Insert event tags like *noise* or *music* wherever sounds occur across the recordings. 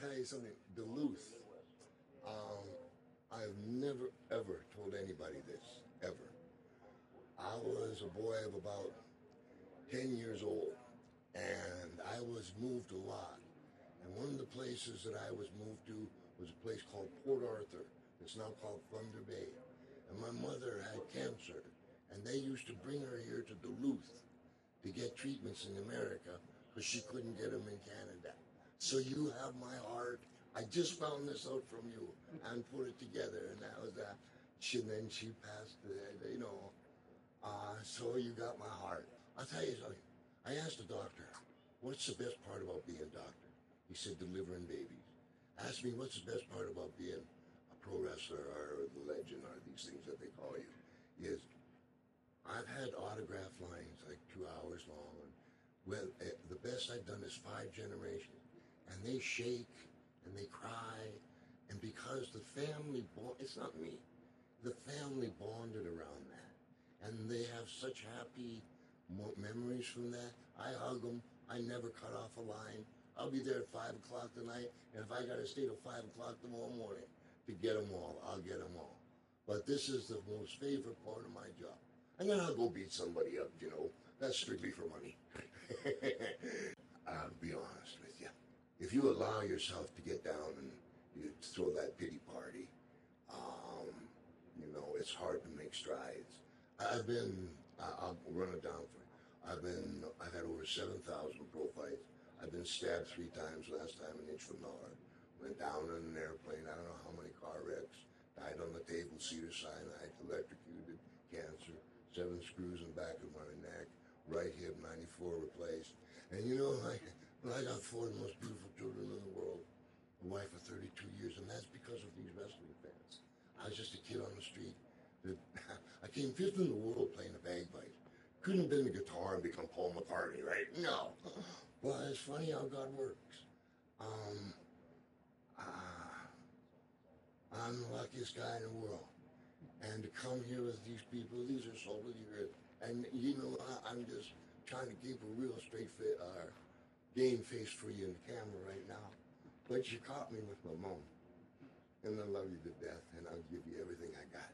tell you something, Duluth. Um, I've never ever told anybody this ever. I was a boy of about 10 years old and I was moved a lot. And one of the places that I was moved to was a place called Port Arthur. It's now called Thunder Bay. And my mother had cancer and they used to bring her here to Duluth to get treatments in America because she couldn't get them in Canada. So you have my heart. I just found this out from you and put it together, and that was that. She then she passed, uh, you know. Uh, so you got my heart. I'll tell you something. I asked the doctor, "What's the best part about being a doctor?" He said, "Delivering babies." Asked me, "What's the best part about being a pro wrestler or the legend or these things that they call you?" Is I've had autograph lines like two hours long. And well, eh, the best I've done is five generations, and they shake and they cry, and because the family bond, it's not me, the family bonded around that, and they have such happy mo- memories from that. I hug them. I never cut off a line. I'll be there at five o'clock tonight, and if I gotta stay till five o'clock tomorrow morning to get them all, I'll get them all. But this is the most favorite part of my job. And then I'll go beat somebody up, you know. That's strictly for money. *laughs* I'll be honest with you. If you allow yourself to get down and you throw that pity party, um, you know, it's hard to make strides. I've been, I- I'll run it down for you. I've been, I've had over 7,000 pro fights. I've been stabbed three times, last time an inch from the heart. Went down in an airplane, I don't know how many car wrecks. Died on the table, cedar cyanide, electrocuted, cancer, seven screws in the back of my neck, right hip 94 replaced. And you know, I, well, I got four of the most beautiful children in the world a wife of 32 years, and that's because of these wrestling fans. I was just a kid on the street. that- *laughs* I came fifth in the world playing the bagpipe. Couldn't have been the guitar and become Paul McCartney, right? No. *laughs* Well, it's funny how God works. Um, uh, I'm the luckiest guy in the world. And to come here with these people, these are so here. And you know, I, I'm just trying to keep a real straight fit, uh, game face for you in the camera right now. But you caught me with my mom. And I love you to death, and I'll give you everything I got.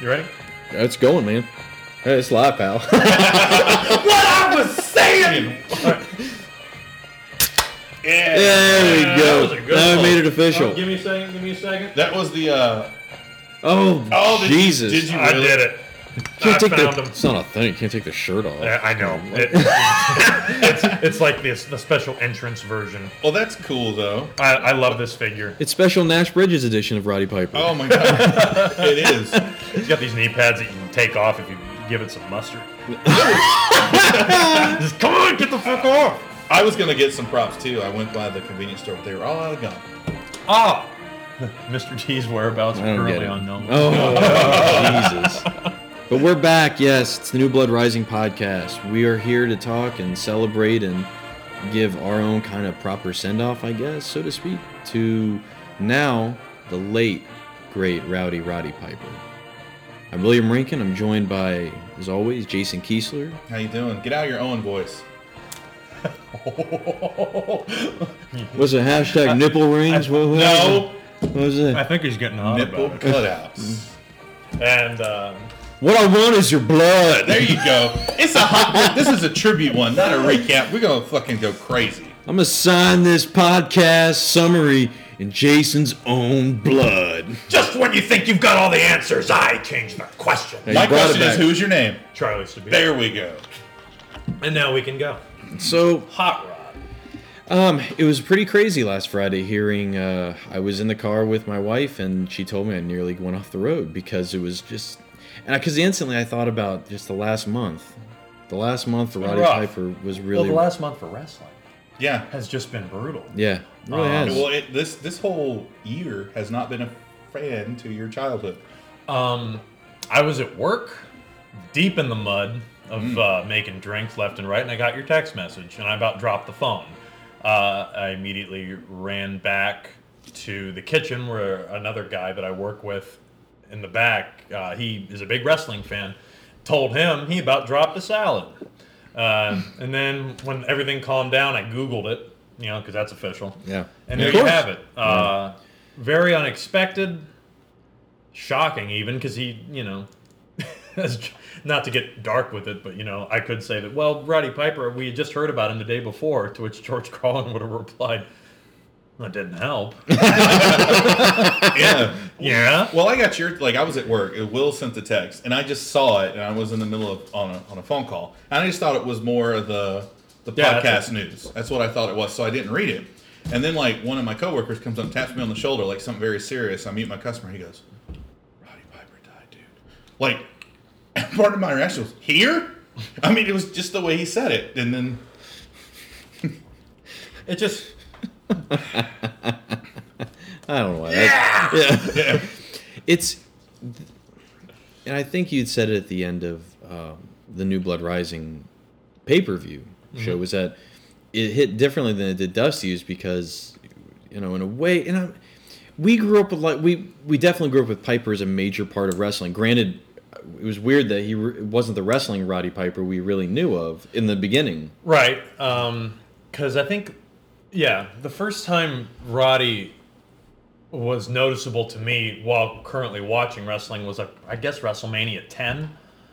You ready? It's going, man. Hey, it's live, pal. *laughs* What I was saying! Yeah. there we go. That was a good Now we one. made it official. Oh, give me a second, give me a second. That was the. uh Oh, Oh, did you- Jesus! did you I really? did it. I can't take found the, *laughs* him. It's not a thing. You can't take the shirt off. Yeah, I know. *laughs* It- it's, it's like this, the special entrance version. Well, that's cool though. I, I love this figure. It's special Nash Bridges edition of Roddy Piper. Oh *laughs* my god, it is. He's got these knee pads that you can take off if you give it some *laughs* mustard. Just come on, get the fuck off! I was gonna get some props too. I went by the convenience store, but they were all out of gum. Ah! Mr. T's whereabouts are I don't get currently it. unknown. *laughs* Oh, Jesus. But we're back, yes. It's the New Blood Rising podcast. We are here to talk and celebrate and give our own kind of proper send off, I guess, so to speak, to now the late, great Rowdy Roddy Piper. I'm William Rankin. I'm joined by, as always, Jason Kiesler. How you doing? Get out of your own voice. What's it? Hashtag Uh, nipple rings? what, what No Was it? What was it? I think he's getting hot nipple about cutouts. it. And um, What I want is your blood. There you go. It's a hot. This is a tribute one, not a recap. We're gonna fucking go crazy. I'm gonna sign this podcast summary in Jason's own blood. just when you think you've got all the answers, I change the question. Hey, you My brought question it is, back. who's your name? Charlie Sabine. There we go. And now we can go. So, Hot Rod. um, it was pretty crazy last Friday hearing. Uh, I was in the car with my wife, and she told me I nearly went off the road because it was just, and because instantly I thought about just the last month. The last month for Roddy rough. Piper was really, month for wrestling Yeah. has just been brutal. yeah, it really Um, has. Well, it, this this whole year has not been a friend *laughs* to your childhood. Um, I was at work, deep in the mud, of uh, making drinks left and right, and I got your text message, and I about dropped the phone. Uh, I immediately ran back to the kitchen where another guy that I work with in the back, uh, he is a big wrestling fan, told him he about dropped a salad. Uh, and then when everything calmed down, I Googled it, you know, because that's official. Yeah. And Yeah, there of you course. have it. Uh, Very unexpected, shocking even, because he, you know, *laughs* as j- not to get dark with it, but you know, I could say that. Well, Roddy Piper, we had just heard about him the day before. To which George *laughs* Carlin would have replied, "That didn't *laughs* help." Yeah. yeah. Well, I got your like I was at work. and Will sent the text, and I just saw it, and I was in the middle of on a, on a phone call, and I just thought it was more of the the Yeah, that's podcast news. That's what I thought it was, so I didn't read it. And then like one of my coworkers comes up, and taps me on the shoulder, like something very serious. I mute my customer. He goes, "Roddy Piper died, dude." Like *laughs* part of my reaction was here. I mean, it was just the way he said it, and then It *laughs* just I don't know why. Yeah. yeah. it's, and I think you'd said it at the end of um, the New Blood Rising pay per view Mm-hmm. show was that it hit differently than it did Dusty's because, you know, in a way, and I, we grew up with like we we definitely grew up with Piper as a major part of wrestling. Granted. It was weird that he re- it wasn't the wrestling Roddy Piper we really knew of in the beginning. right. Um, because I think, yeah, the first time Roddy was noticeable to me while currently watching wrestling was, like, I guess, WrestleMania 10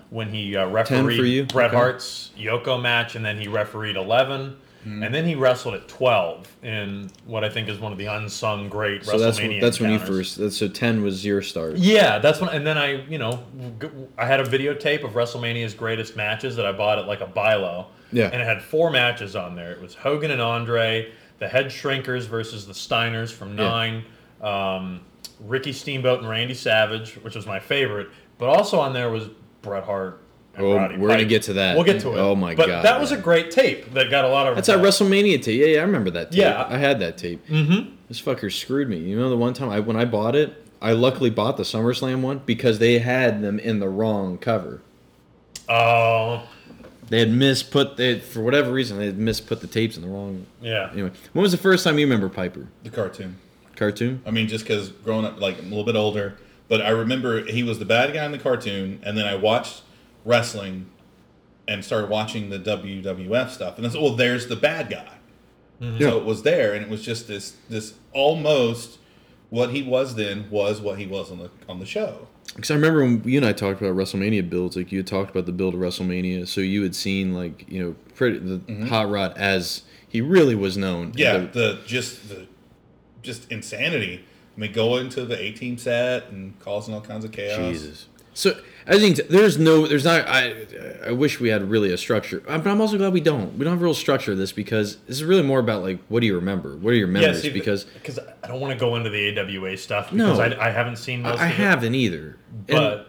when he uh, for you? refereed Bret Okay. Hart's Yoko match, and then he refereed 11. Hmm. And then he wrestled at 12 in what I think is one of the unsung great So WrestleMania that's when- that's when you encounters. first. That's, so ten was zero stars. Yeah, that's when. And then I, you know, g- I had a videotape of WrestleMania's greatest matches that I bought at like a buy low. Yeah. And it had four matches on there. It was Hogan and Andre, the Head Shrinkers versus the Steiners from Nine, um, Ricky Steamboat and Randy Savage, which was my favorite. But also on there was Bret Hart. and Oh, Roddy we're gonna Piper. get to that. We'll get to it. Oh my but God, that was a yeah. great tape that got a lot of. That's that WrestleMania tape. Yeah, yeah, I remember that tape. Yeah. I had that tape. Mm-hmm. This fucker screwed me. You know, the one time I when I bought it, I luckily bought the SummerSlam one because they had them in the wrong cover. Oh, They had misput they for whatever reason they had misput the tapes in the wrong. yeah. Anyway, when was the first time you remember Piper the cartoon. cartoon? I mean, just because growing up, like I'm a little bit older, but I remember he was the bad guy in the cartoon, and then I watched wrestling and started watching the WWF stuff, and I said, "Well, there's the bad guy." So it was there, and it was just this this almost what he was then was what he was on the on the show. Because I remember when you and I talked about WrestleMania builds, like you had talked about the build of WrestleMania, so you had seen like you know pretty, the Hot Rod as he really was known. Yeah, The- the just the just insanity. I mean, going to the 18 set and causing all kinds of chaos. Jesus. So I think there's no, there's not. I, I wish we had really a structure, Uh, but I'm also glad we don't. We don't have a real structure of this because this is really more about like what do you remember? What are your Yeah, memories? see, because because I don't want to go into the AWA stuff No. because I, I haven't seen most I, I of it. haven't either. And but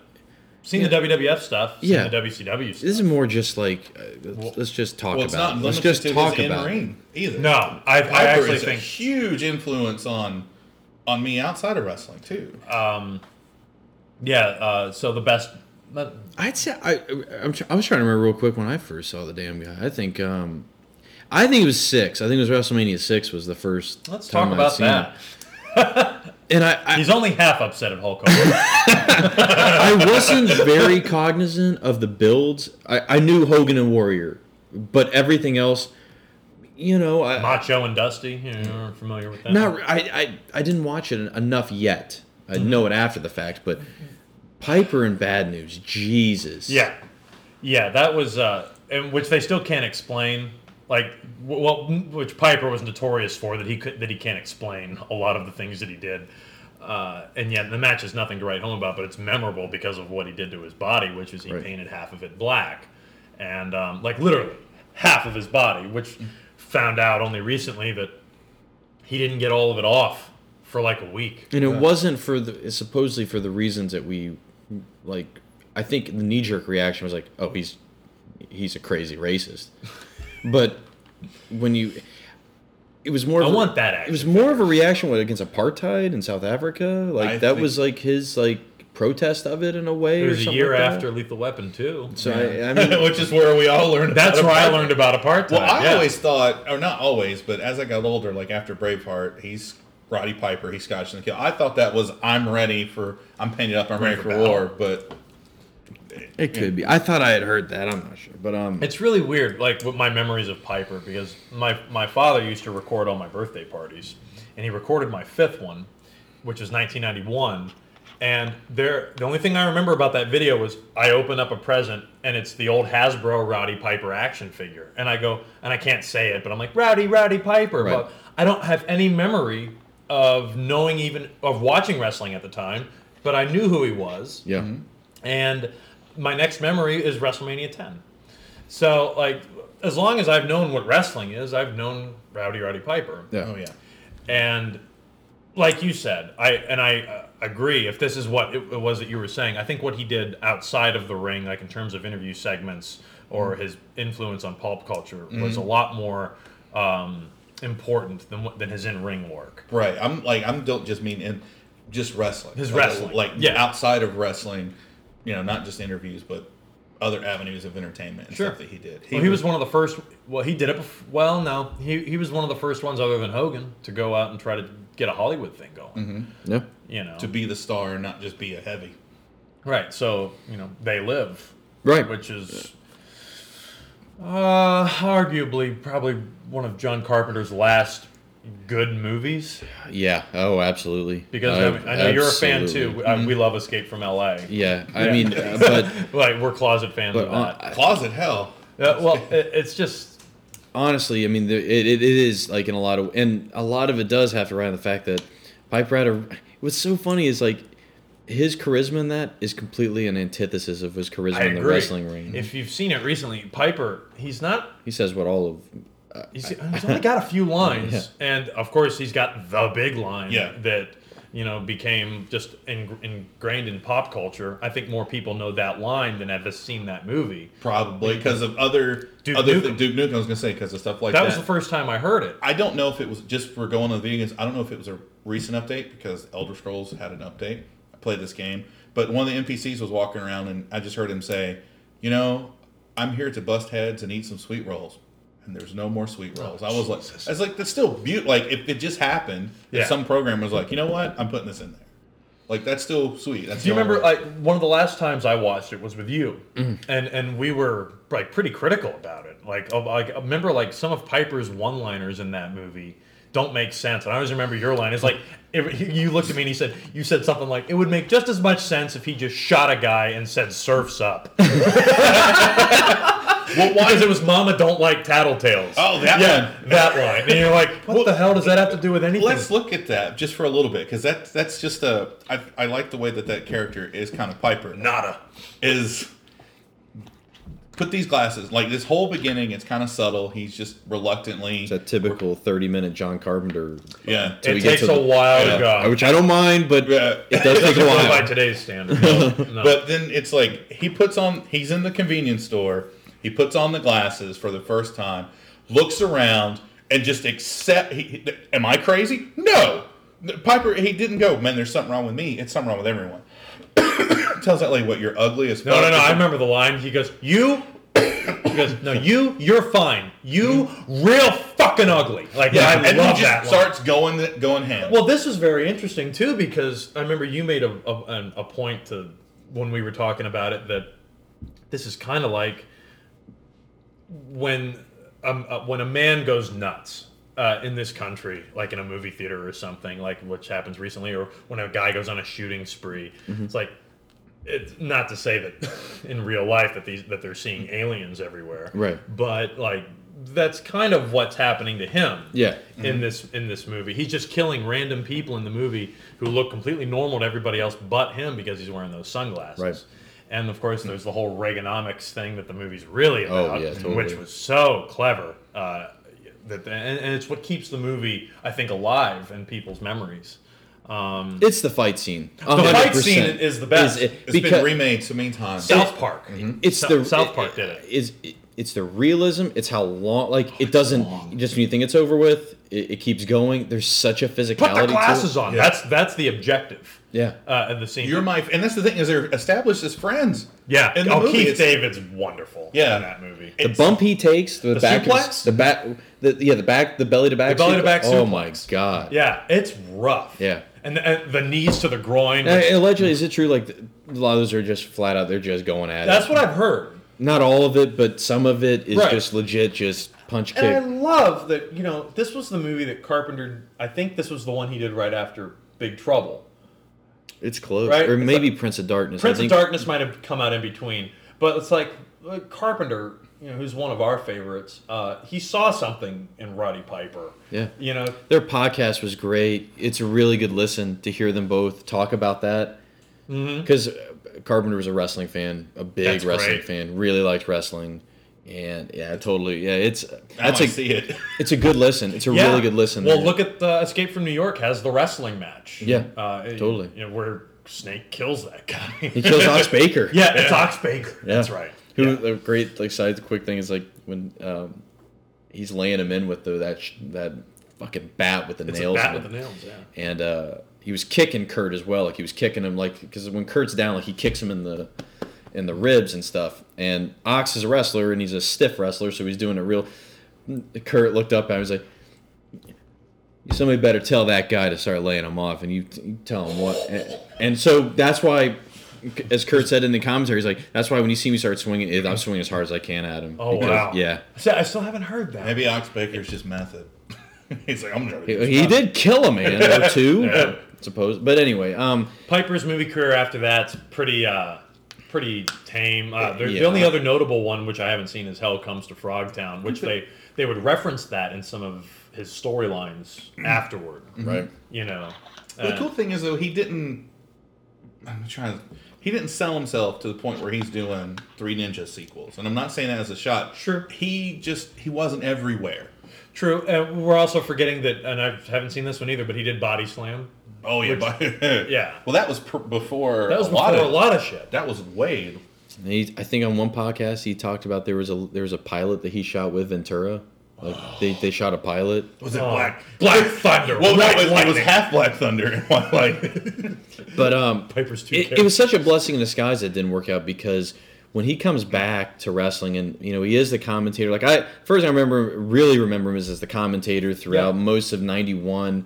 seen the WWF stuff, seen Yeah. the WCW stuff. this is more just like uh, let's, let's just talk Well, it's about. not It. limited Let's just to talk his about. it. in-ring either. No, I, I Piper actually is a think huge influence on on me outside of wrestling too. yeah. Uh, so the best, but I'd say I, I'm, tr- I was trying to remember real quick when I first saw the damn guy. I think, um, I think it was six. I think it was WrestleMania six was the first. let's time talk I'd about seen that. it. And I, I He's only half upset at Hulk Hogan. I wasn't very cognizant of the builds. I, I knew Hogan and Warrior, but everything else, you know, I Macho and Dusty, you know, are familiar with that? not I, I I didn't watch it enough yet. I Mm-hmm. know it after the fact, but Piper and Bad News, Jesus. Yeah, yeah, that was, uh, and which they still can't explain. Like, wh- well, m- which Piper was notorious for that he could that he can't explain a lot of the things that he did. Uh, and yet the match is nothing to write home about, but it's memorable because of what he did to his body, which is he Right. painted half of it black, and um, like literally half of his body, which found out only recently that he didn't get all of it off for like a week. And it wasn't for the supposedly for the reasons that we like. I think the knee jerk reaction was like, "Oh, he's he's a *laughs* crazy racist," but when you, it was more. I of a- want that It was action. more of a reaction what, against apartheid in South Africa. Like I that think- was like his like protest of it in a way. It or was a something year like that. after Lethal Weapon too. So I, I mean, *laughs* which is where we all learned. That's about where I apartheid. learned about apartheid. Well, I yeah. always thought, or not always, but as I got older, like after Braveheart, he's Roddy Piper, he's Scottish in the Kill. I thought that was I'm ready for, I'm painted up, I'm ready Ready for for battle. war. But *laughs* it could be. I thought I had heard that. I'm not sure, *laughs* but um, It's really weird, like with my memories of Piper, because my my father used to record all my birthday parties, and he recorded my fifth one, which is 1991. And there, the only thing I remember about that video was I open up a present, and it's the old Hasbro Rowdy Piper action figure, and I go, and I can't say it, but I'm like Rowdy Rowdy Piper, Right. but I don't have any memory of knowing even of watching wrestling at the time, but I knew who he was. yeah. And my next memory is WrestleMania 10. So, like, as long as I've known what wrestling is, I've known Rowdy Rowdy Piper. Yeah. oh yeah, And like you said, I and I uh, agree. If this is what it, it was that you were saying, I think what he did outside of the ring, like in terms of interview segments or his influence on pulp culture, was a lot more um, important than what- than his in ring work. right. I'm like I'm don't just mean in just wrestling. His Like, wrestling. like Yeah. outside of wrestling, you know, not just interviews, but other avenues of entertainment and Sure. stuff that he did. well, he was one of the first. Well, he did it. Before, well, no, he he was one of the first ones, other than Hogan, to go out and try to get a Hollywood thing going. Yeah. You know, to be the star and not just be a heavy. right? So you know, they live, Right. Which is uh, arguably probably one of John Carpenter's last good movies. Yeah. Oh, absolutely. Because I, mean, I know you're a fan too. Uh, we love Escape from L.A. Mm-hmm. Yeah. I Yeah. *laughs* mean, uh, but Like we're closet fans but of that. uh, Closet hell. Uh, well, it, it's just honestly, I mean, there, it, it, it is like in a lot of, and a lot of it does have to ride on the fact that Piper had a. What's so funny is like his charisma in that is completely an antithesis of his charisma I in agree. the wrestling ring. If you've seen it recently, Piper, he's not he says what all of. He's, he's only got a *laughs* few lines, and of course he's got the big line Yeah. that you know became just ing- ingrained in pop culture. I think more people know that line than have seen that movie. Probably because of other Duke other Nukem. thi- Duke Nukem. I was gonna say because of stuff like That that. was the first time I heard it. I don't know if it was just for going on the video games. I don't know if it was a recent update because Elder Scrolls had an update. I played this game, but one of the NPCs was walking around, and I just heard him say, "You know, I'm here to bust heads and eat some sweet rolls." And there's no more sweet rolls. I was like, I was like, that's still beautiful. Like if it just happened, Yeah. if some programmer was like, you know what, I'm putting this in there. Like that's still sweet. That's Do you the only remember way. like one of the last times I watched it was with you, and and we were like pretty critical about it. Like of, like remember like some of Piper's one-liners in that movie don't make sense. And I always remember your line. It's like if you looked at me and he said you said something like it would make just as much sense if he just shot a guy and said "surfs *laughs* up." well, why? Because it was "Mama don't like tattletales." Oh, that yeah, one. that line. And you're like, what the hell does that have to do with anything? Let's look at that just for a little bit because that that's just a. I, I like the way that that character is kind of Piper. Nada. is put these glasses like this whole beginning it's kind of subtle he's just reluctantly That typical thirty-minute John Carpenter, yeah Till it we get takes to the- a while Yeah. to go. which I don't mind, but Yeah. it *laughs* does take a Well, by while. today's standard. No, no. but then it's like he puts on he's in the convenience store he puts on the glasses for the first time looks around and just accept he, he- am i crazy no piper he didn't go man there's something wrong with me it's something wrong with everyone *coughs* tells that lady what you're ugly as no, fuck." no, no. It's I a- remember the line. He goes, "You." He goes, "No, you. You're fine. You real fucking ugly." Like I and love he just that. line. starts going going ham Well, this is very interesting too because I remember you made a a, an, a point to when we were talking about it that this is kind of like when um, uh, when a man goes nuts uh, in this country, like in a movie theater or something, like which happens recently, or when a guy goes on a shooting spree, it's like. It's not to say that *laughs* in real life that these that they're seeing aliens everywhere, Right. But like that's kind of what's happening to him, Yeah, in this in this movie. He's just killing random people in the movie who look completely normal to everybody else but him because he's wearing those sunglasses. Right. And of course, there's the whole Reaganomics thing that the movie's really about, yeah, totally. which was so clever. Uh, that and, and it's what keeps the movie, I think, alive in people's memories. Um, it's the fight scene. the fight 100%. scene is the best. Is it- It's because been remade so many times South Park. it's Sou- the South Park did it. Is it's the realism. It's how long. Oh, Like it doesn't. Just when you think it's over with, it, it keeps going. There's such a physicality. Put the glasses to it. on. Yeah. That's that's the objective. Yeah. Uh, of the scene. You're my, and that's the thing is they're established as friends. yeah. in the oh, movie, Keith it's- David's wonderful. Yeah. in that movie. The bump he takes, the, The back, suplex? the back, the yeah, the back, the belly to back, The belly to suplex. back Oh suplex. my god! yeah, it's rough. Yeah. and the, and the knees to the groin. And which- allegedly, is it true? Like a lot of those are just flat out. They're just going at that's it. what I've heard. Not all of it, but some of it is Right. just legit, just punch And I kick. love that, you know, this was the movie that Carpenter, I think this was the one he did right after Big Trouble. It's close, Right? or It's maybe like- Prince of Darkness. I Prince of think- Darkness might have come out in between, but it's like uh, Carpenter, you know, who's one of our favorites, uh, he saw something in Roddy Piper. Yeah. You know, Their podcast was great. It's a really good listen to hear them both talk about that. Because Carpenter was a wrestling fan, a big Mm-hmm. That's wrestling great. fan, really liked wrestling, and yeah, totally, yeah. It's I that's a see it. *laughs* it's a good listen. It's a yeah. really good listen. Well, there. look at the Escape from New York has the wrestling match. Yeah, Uh, it- totally. You know, where Snake kills that guy. *laughs* he kills Ox Baker. yeah, it's Ox Baker. Yeah. That's right. Who the great like side quick thing is like when um, he's laying him in with the, that sh- that fucking bat with the It's nails. a bat in with it. the nails, yeah. and uh, he was kicking Kurt as well. Like he was kicking him, like because when Kurt's down, like he kicks him in the in the ribs and stuff. And Ox is a wrestler, and he's a stiff wrestler, so he's doing a real. Kurt looked up and I was like, "Somebody better tell that guy to start laying him off." And you, you tell him what, and, and so that's why. As Kurt said in the commentary, he's like, "That's why when you see me start swinging, it- I'm swinging as hard as I can at him." Oh, wow. Yeah, So I still haven't heard that. Maybe Ox Baker's just method. *laughs* He's like, I'm gonna. try to do he, this. he did kill a *laughs* man or two, suppose. But anyway, um, Piper's movie career after that's pretty uh, pretty tame. Uh, there- The Yeah. only other notable one which I haven't seen is Hell Comes to Frogtown, which they they would reference that in some of his storylines afterward. right. You know, Well, the Uh, cool thing is though he didn't. I'm trying to. He didn't sell himself to the point where he's doing three ninja sequels, and I'm not saying that as a shot. Sure. He just he wasn't everywhere. true. Uh, we're also forgetting that, and I haven't seen this one either. But he did Body Slam. Oh yeah, but- *laughs* yeah. Well, that was pr- before. That was a before lot of, a lot of shit. That was way. And he, I think on one podcast he talked about there was a there was a pilot that he shot with Ventura. Like they, they shot a pilot. Was Oh, Black Thunder. Well, White no, it was, it was Lightning. half Black Thunder and White Lightning. *laughs* But um Piper's two. it, it was such a blessing in disguise that it didn't work out because when he comes back to wrestling and you know he is the commentator like I first I remember really remember him as, as the commentator throughout Yeah. most of 91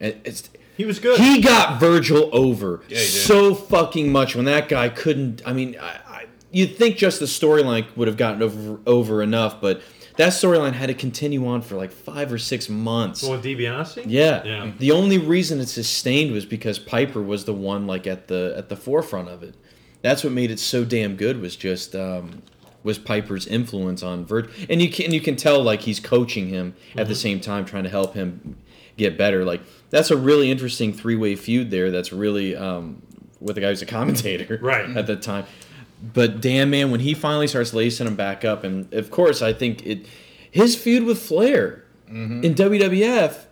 and it's he was good. he got Virgil over he did. so fucking much when that guy couldn't. I mean, I, I, you'd think just the storyline would have gotten over, over enough, but that storyline had to continue on for like five or six months. with DiBiase. yeah. Yeah. The only reason it sustained was because Piper was the one like at the at the forefront of it. That's what made it so damn good was just um, was Piper's influence on Virgil, and you can you can tell like he's coaching him at the same time, trying to help him get better. Like that's a really interesting three way feud there. That's really um, with the guy who's a commentator Right. at the time. But damn man, when he finally starts lacing him back up, and of course I think it his feud with Flair in WWF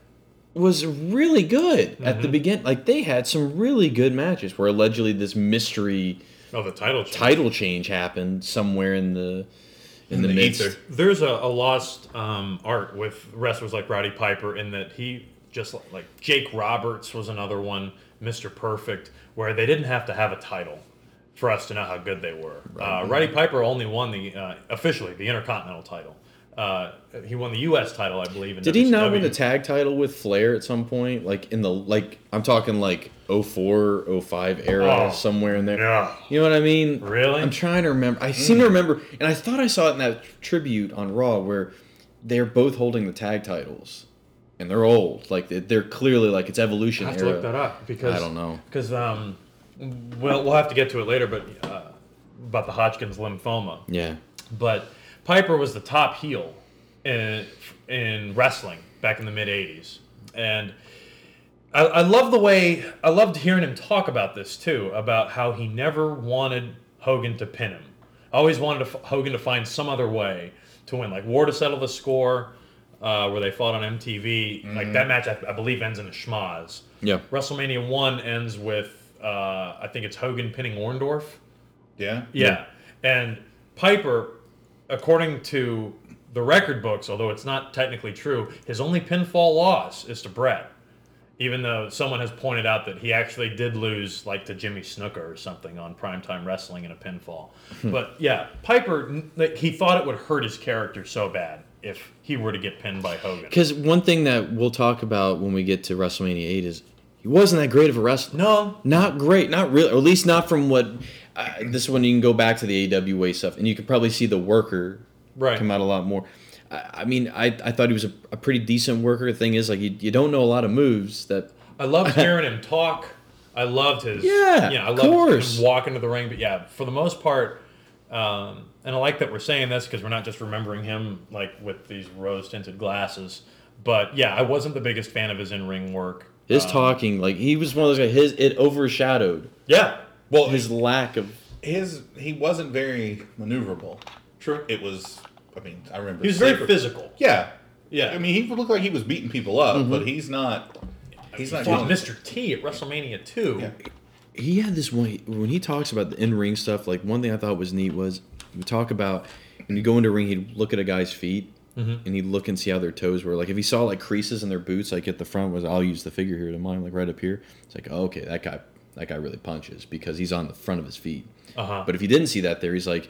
was really good at the begin. Like they had some really good matches where allegedly this mystery Oh, the title. change. title change happened somewhere in the in, the, the midst. ether. There's a, a lost um, art with wrestlers like Roddy Piper in that he just like, like Jake Roberts was another one, Mr. Perfect, where they didn't have to have a title for us to know how good they were. Uh, Roddy Piper only won the uh, officially the Intercontinental title. Uh, he won the U.S. title, I believe. In E. Did he not WCW. win the tag title with Flair at some point? Like in the like I'm talking like 04, 05 era Oh, somewhere in there. no. You know what I mean? Really? I'm trying to remember. I seem to remember and I thought I saw it in that tribute on Raw where they're both holding the tag titles. And they're old. Like they- they're clearly like it's evolution I have to era. look that up because I don't know. because um, well, we'll have to get to it later, but uh, about the Hodgkin's lymphoma. Yeah. but Piper was the top heel in, in wrestling back in the mid '80s, and I, I love the way I loved hearing him talk about this too, about how he never wanted Hogan to pin him. I always wanted to, Hogan to find some other way to win, like War to settle the score, uh, where they fought on MTV. Like that match, I, I believe, ends in a schmoz. Yeah. WrestleMania one ends with uh, I think it's Hogan pinning Orndorff. yeah. Yeah. And Piper according to the record books, although it's not technically true, his only pinfall loss is to Brett. Even though someone has pointed out that he actually did lose, like to Jimmy Snooker or something, on primetime wrestling in a pinfall. But yeah, Piper, n- like, he thought it would hurt his character so bad if he were to get pinned by Hogan. Because one thing that we'll talk about when we get to WrestleMania 8 is he wasn't that great of a wrestler. No, Not great, not really, or at least not from what. I this is when you can go back to the AWA stuff, and you can probably see the worker right. come out a lot more. I, I mean, I, I thought he was a, a pretty decent worker. The thing is, like, you, you don't know a lot of moves that. I *laughs* loved hearing him talk. I loved his Yeah, yeah. I of loved course. him walk into the ring, but yeah, for the most part, um, and I like that we're saying this because we're not just remembering him like with these rose tinted glasses. But yeah, I wasn't the biggest fan of his in ring work. His Um, talking, like, he was one of those guys, his, it overshadowed Uh, yeah, Well, his his lack of. his he wasn't very maneuverable. true. It was. I mean, I remember He was very Sabre- physical. Yeah, Yeah, I mean, he looked like he was beating people up, Mm-hmm. but he's not. He's he not. fought Getting, Mr. T at WrestleMania two. Yeah. he had this one when he talks about the in-ring stuff like one thing i thought was neat was we talk about when you go into a ring he'd look at a guy's feet Mm-hmm. and he'd look and see how their toes were like if he saw like creases in their boots like at the front was i'll use the figure here to mine like right up here it's like oh, okay that guy that guy really punches because he's on the front of his feet Uh-huh. but if he didn't see that there he's like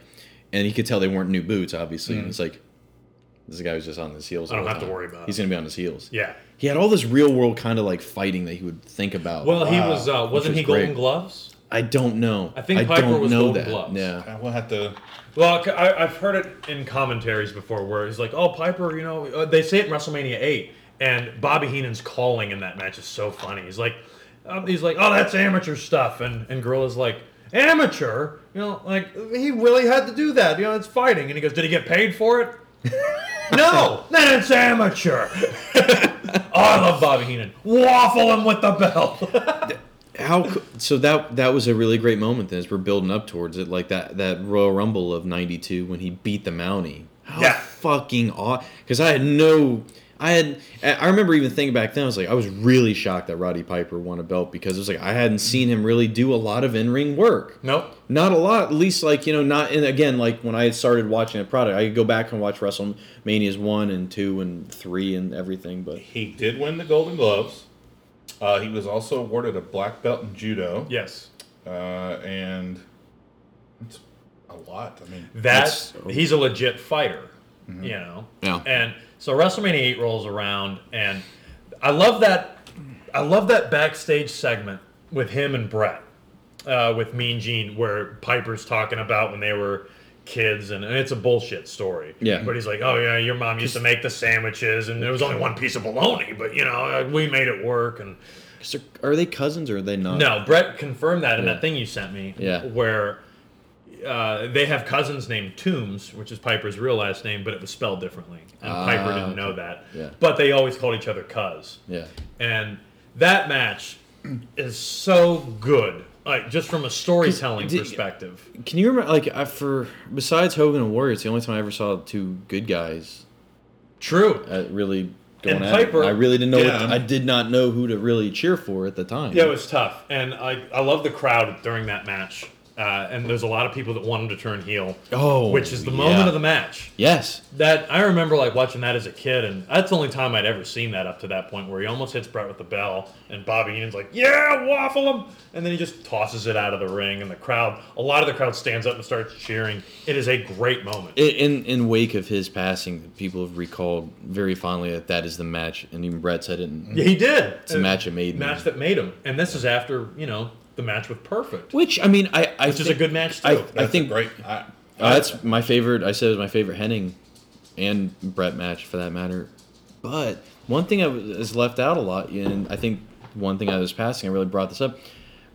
and he could tell they weren't new boots obviously and it's like this guy was just on his heels Mm-hmm. I don't all the have to time. worry about he's it. gonna be on his heels yeah. he had all this real world kind of like fighting that he would think about Well, he Wow. was uh, Which wasn't was he Golden great. Gloves? I don't know. I think Piper don't was know Golden that. Gloves. Yeah. we'll have to. Well, c- I, have heard it in commentaries before where he's like, oh, Piper, you know, uh, they say it in WrestleMania 8, and Bobby Heenan's calling in that match is so funny. He's like, um, he's like, oh, that's amateur stuff. And, and Gorilla's like, amateur? You know, like, he really had to do that. You know, it's fighting. And he goes, did he get paid for it? no, then it's amateur. *laughs* oh, I love Bobby Heenan. Waffle him with the bell. How co- so that that was a really great moment then as we're building up towards it like that that Royal Rumble of 92 when he beat the Mountie. How Yeah. fucking aw cuz I had no I had I remember even thinking back then I was like I was really shocked that Roddy Piper won a belt because it was like I hadn't seen him really do a lot of in-ring work. *laughs* nope. Not a lot, at least like you know, not and again like when I had started watching a product, I could go back and watch WrestleManias one and two and three and everything. But He did win the Golden Gloves. Uh, he was also awarded a black belt in judo. Yes. Uh, and it's a lot. I mean, that's That's- he's a legit fighter, you know. Yeah. And so WrestleMania eight rolls around, and I love that. I love that backstage segment with him and Brett, uh, with Mean Gene, where Piper's talking about when they were kids, and, and it's a bullshit story. Yeah. But he's like, "Oh yeah, your mom used to make the sandwiches, and there was only one piece of bologna, but you know, uh, we made it work." And So are they cousins or are they not? no, Brett confirmed that in Yeah. that thing you sent me. Yeah. Where uh, they have cousins named Toombs, which is Piper's real last name, but it was spelled differently. And Piper Ah, didn't okay. know that. Yeah. But they always called each other cuz. Yeah. And that match is so good. Like just from a storytelling did- perspective. Can you remember like I, for besides Hogan and Warrior, it's the only time I ever saw two good guys True. uh, really going And at it. Piper- I really didn't know. what- Yeah. I did not know who to really cheer for at the time. Yeah, it was tough, and I I love the crowd during that match. Uh, and there's a lot of people that want him to turn heel. Oh, which is the moment yeah. of the match. Yes. That I remember like watching that as a kid, and that's the only time I'd ever seen that up to that point, where he almost hits Brett with the bell, and Bobby Heenan's like, "Yeah, waffle him," and then he just tosses it out of the ring, and the crowd, a lot of the crowd stands up and starts cheering. It is a great moment. I- In in wake of his passing, people have recalled very fondly that that is the match, and even Brett said it. In, yeah, he did. It's a match that made me. match that made him, and this is after you know the match with Perfect, which Which I mean, I I is a think- good match too. I- that's a think- great. I, Uh, that's my favorite. I said it was my favorite Henning and Brett match for that matter. But one thing I was is left out a lot, and I think one thing I was passing, I really brought this up.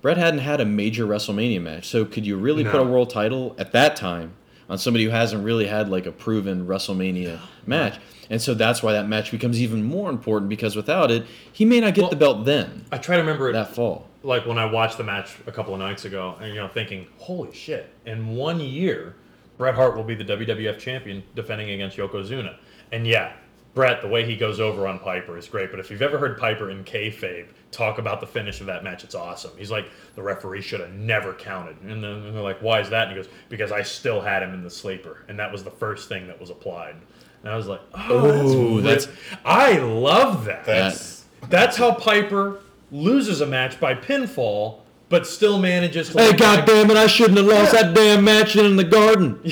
Brett hadn't had a major WrestleMania match, so could you really put No. a world title at that time on somebody who hasn't really had like a proven WrestleMania match? And so that's why that match becomes even more important because without it, he may not get the belt then I try to remember it that fall. like when I watched the match a couple of nights ago, and you know, thinking, "Holy shit!" In one year, Bret Hart will be the WWF champion defending against Yokozuna, and yeah, Brett, the way he goes over on Piper is great, but if you've ever heard Piper in kayfabe talk about the finish of that match, it's awesome. He's like, the referee should have never counted. And then and they're like, why is that? And he goes, because I still had him in the sleeper. And that was the first thing that was applied. And I was like, oh, Ooh, that's, that's- I love that. That's That's how Piper loses a match by pinfall, but still manages to. Hey, like, God damn it! I shouldn't have lost that damn match in *laughs* the garden.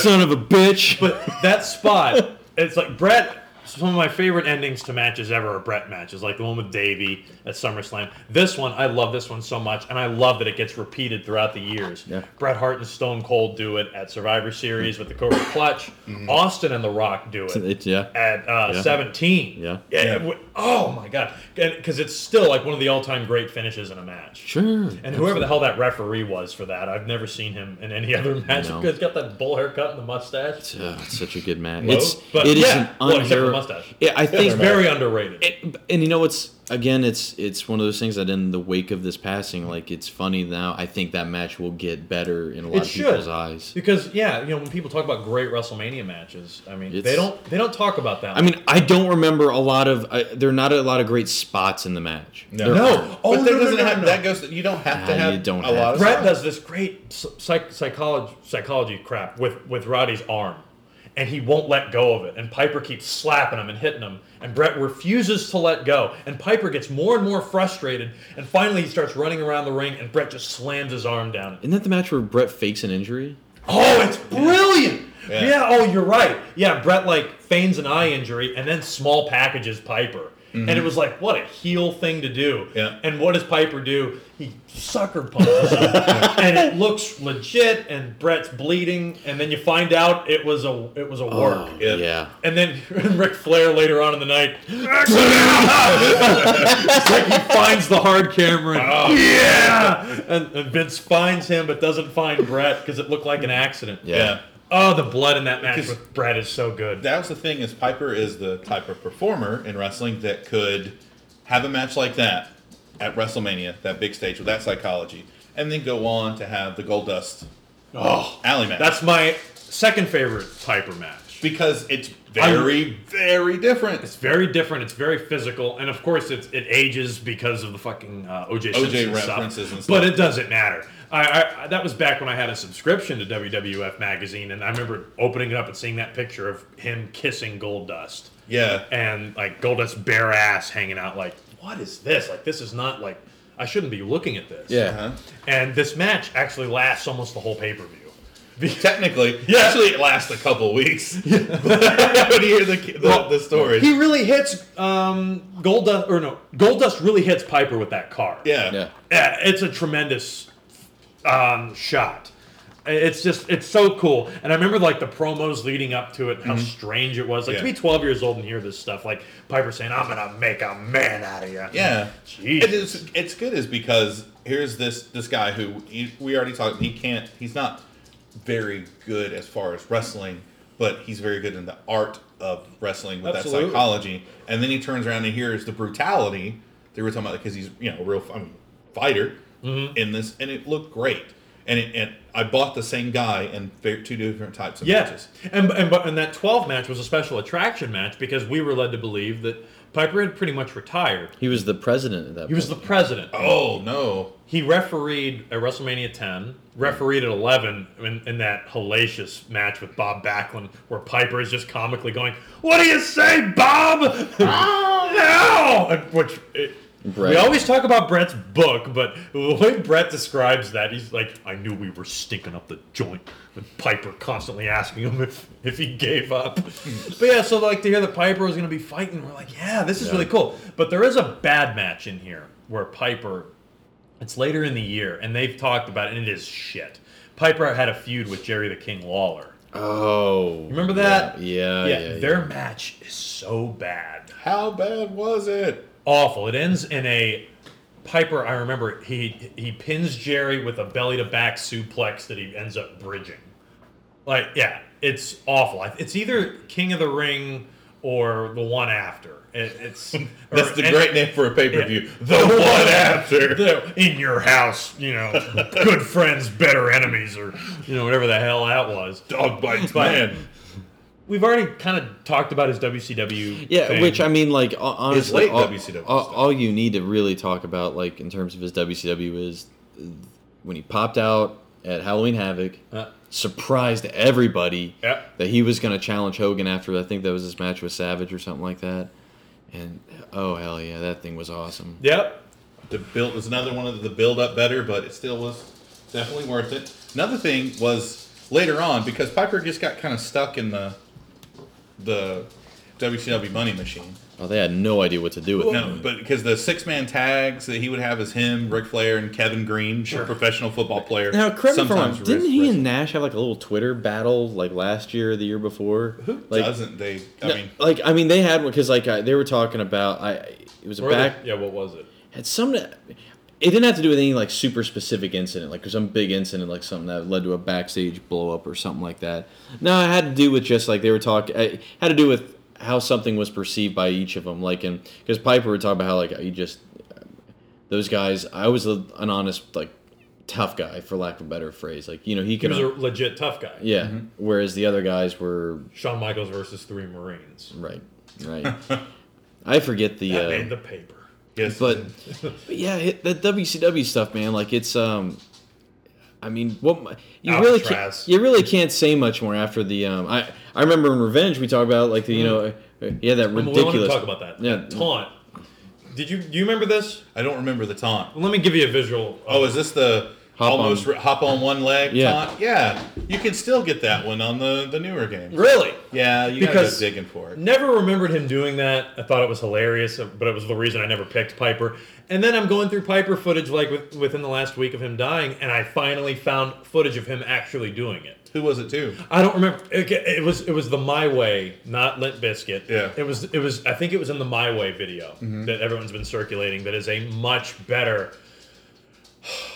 Son of a bitch. But that *laughs* spot, it's like Brett. Some of my favorite endings to matches ever are Brett matches, like the one with Davey at SummerSlam. This one, I love this one so much, and I love that it gets repeated throughout the years. Yeah. Bret Hart and Stone Cold do it at Survivor Series with the *clears throat* Cobra Clutch. Austin and The Rock do it. Mm-hmm. It's- yeah. at uh, Yeah. 17. Yeah. yeah. Yeah. it would- oh my God. Because it's still like one of the all time great finishes in a match. Sure. And whoever the hell that referee was for that, I've never seen him in any *laughs* other match. No. He's got that bull haircut and the mustache. Oh, it's such a good match. Well, It's but- it is yeah. an Well, except for unhero- mustache. Yeah, I think He's very underrated. it, and you know what's again it's it's one of those things that in the wake of this passing like it's funny now i think that match will get better in a lot It of should. people's eyes Because yeah, you know when people talk about great WrestleMania matches, I mean they It's- don't they don't talk about that. i mean i don't remember a lot of I, there are not a lot of great spots in the match No. No. Oh, but that no, no, doesn't no, have no. that goes. To, you don't have to Nah, have you don't a have lot to. of Brett stuff. does this great psych, psychology psychology crap with with Roddy's arm, and he won't let go of it. And Piper keeps slapping him and hitting him, and Brett refuses to let go. And Piper gets more and more frustrated, and finally he starts running around the ring, and Brett just slams his arm down. isn't that the match where brett fakes an injury Oh, it's brilliant! Yeah. Yeah. Oh, you're right. Yeah, Brett like feigns an eye injury and then small packages Piper. And it was like, what a heel thing to do. Mm-hmm. Yeah. And what does Piper do? He sucker punches *laughs* him. and it looks legit and Brett's bleeding and then you find out it was a it was a work. Oh, Yeah. yeah And then *laughs* Ric Flair later on in the night *laughs* It's like he finds the hard camera and, yeah! And, and Vince finds him but doesn't find Brett because it looked like an accident. yeah, Yeah. Oh, the blood in that match Because- with Brett is so good. That was the thing is Piper is the type of performer in wrestling that could have a match like that at WrestleMania, that big stage with that psychology, and then go on to have the Gold Dust oh, Alley match. that's my second favorite Piper match. because it's very, very different. It's very different. It's very physical, and of course, it's, it ages because of the fucking uh, OJ Simpson stuff. references and But stuff. it doesn't matter. I, I that was back when I had a subscription to WWF magazine, and I remember opening it up and seeing that picture of him kissing Gold Dust. yeah. and like Goldust's bare ass hanging out. Like, what is this? Like, this is not like I shouldn't be looking at this. Yeah. Uh-huh. And this match actually lasts almost the whole pay per view. Technically, Yeah. actually, it lasts a couple weeks. *laughs* when you hear the, the, the story. He really hits um, Goldust, or no, Goldust really hits Piper with that car. yeah. yeah Yeah, it's a tremendous um, shot. It's just it's so cool, and I remember like the promos leading up to it, how strange it was. Like to Mm-hmm. Yeah. be 12 years old and hear this stuff, like Piper saying, "I'm gonna make a man out of you." Yeah, Jeez. it is. It's good is because here's this this guy who he, we already talked. He can't. He's not very good as far as wrestling, but he's very good in the art of wrestling with Absolutely. that psychology. And then he turns around and hears the brutality they were talking about because he's you know a real I mean, fighter in this, and it looked great. And it, and I bought the same guy in fa- two different types of matches. Yes, and and but and that twelve match was a special attraction match because we were led to believe that Piper had pretty much retired. he was the president at that He was the president. Oh no! He refereed at WrestleMania ten, refereed at eleven in, in that hellacious match with Bob Backlund, where Piper is just comically going, "What do you say, Bob? oh *laughs* no!" And Which. It, Brett. We always talk about Brett's book, but the way Brett describes that, he's like, "I knew we were stinking up the joint," with Piper constantly asking him if, if he gave up. but yeah, so like to hear that Piper was going to be fighting, we're like, "Yeah, this is really cool." But there is a bad match in here where Piper it's later in the year, and they've talked about it, and it is shit. Piper had a feud with Jerry the King Lawler. oh Remember that? Oh, yeah yeah, yeah, yeah, their match is so bad. How bad was it? Awful. It ends in a Piper, I remember he he pins Jerry with a belly to back suplex that he ends up bridging. Like, yeah, it's awful. I- It's either King of the Ring or the one after. It, it's *laughs* That's the or- and- great name for a pay per view. The The one one after. the- in your house, you know, good *laughs* friends, better enemies, or you know, whatever the hell that was. dog bites But- man. we've already kind of talked about his WCW. Yeah, thing. which I mean, like ho- honestly, late all, WCW all, stuff. all you need to really talk about, like in terms of his WCW, is uh, when he popped out at Halloween Havoc, Uh, surprised everybody yeah. that he was going to challenge Hogan after I think that was his match with Savage or something like that. And oh hell yeah, that thing was awesome. Yep. The build was another one of the build up better, but it still was definitely worth it. Another thing was later on because Piper just got kind of stuck in the the WCW money machine. Oh, they had no idea what to do with No, him. but because the six man tags that he would have is him, Ric Flair, and Kevin Green, a professional football player. Now, correct me if I'm wrong. sometimes Didn't wrist- he wrist- and Nash have like a little Twitter battle like last year or the year before? Who like, doesn't they? I no, mean, like I mean, they had one because like I, they were talking about I. It was a Or the- back. yeah, what was it? had some. It didn't have to do with any like super specific incident, like some big incident, like something that led to a backstage blow up or something like that. No, it had to do with just like they were talking. It had to do with how something was perceived by each of them. Like, and because Piper would talk about how like he just those guys. I was a, an honest like tough guy, for lack of a better phrase. Like you know he He could. was a Mm-hmm. legit tough guy. yeah. Whereas the other guys were Shawn Michaels versus three Marines. right, *laughs* right. I forget the. That uh, made the paper. yes, but, but yeah, hit- that WCW stuff, man. Like it's um, I mean, what my- you really can't, Alcatraz. you really can't say much more after the um. I I remember in Revenge we talked about like the you know uh, yeah that But Mm-hmm. We want to ridiculous talk about that. Yeah. Taunt. Did you do you remember this? I don't remember the taunt. Let me give you a visual. Oh, is this the Hop almost on. r hop on one leg Yeah. taunt? Yeah, you can still get that one on the the newer Oh, games. really? Yeah, you gotta go Because- digging for it. Never remembered him doing that. I thought it was hilarious, but it was the reason I never picked Piper. And then I'm going through Piper footage like with, within the last week of him dying, and I finally found footage of him actually doing it. Who was it too? I don't remember. It, it was it was the My Way, not Limp Biscuit. Yeah. It was it was. I think it was in the My Way video Mm-hmm. that everyone's been circulating. That is a much better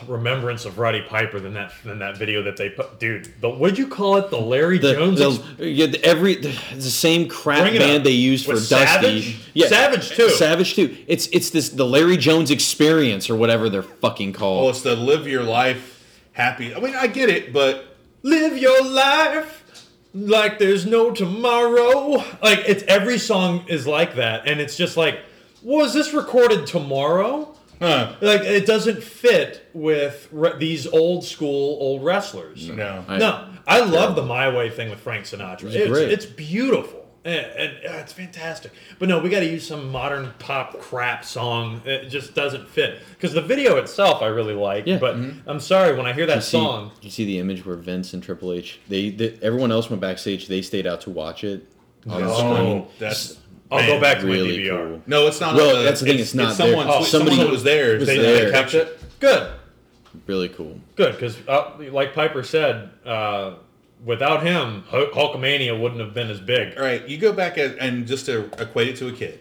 remembrance of Roddy Piper than that than that video that they put. Dude, the would you call it the Larry the, Jones? ex- the, yeah, the- every the same crap Bring it up. band they used With for Dusty. Savage? Savage, too. Savage too. It's it's this the Larry Jones experience or whatever they're fucking Oh, called. it's the live your life happy. I mean, I get it, but live your life like there's no tomorrow. Like it's every song is like that, and it's just like, was this recorded tomorrow? huh, Like it doesn't fit with re- these old school old wrestlers. no. I- No, I love the My Way thing with Frank Sinatra. It's, great. it's beautiful and, and, uh, it's fantastic. But no, we got to use some modern pop crap song. It just doesn't fit because the video itself I really like. Yeah. Mm-hmm. But I'm sorry when I hear that See- song. Did you see the image where Vince and Triple H? They, they everyone else went backstage. They stayed out to watch it on the screen. Oh, that's I'll go man. back to Really my DVR. cool. No, it's not. Well, on that's the thing, it's not there. someone. Oh, somebody someone was there. was they there. kept it. Good, Really cool. good, because uh, like Piper said, uh, without him, Hulk- Hulkamania wouldn't have been as big. All right, you go back and- and just to equate it to a kid,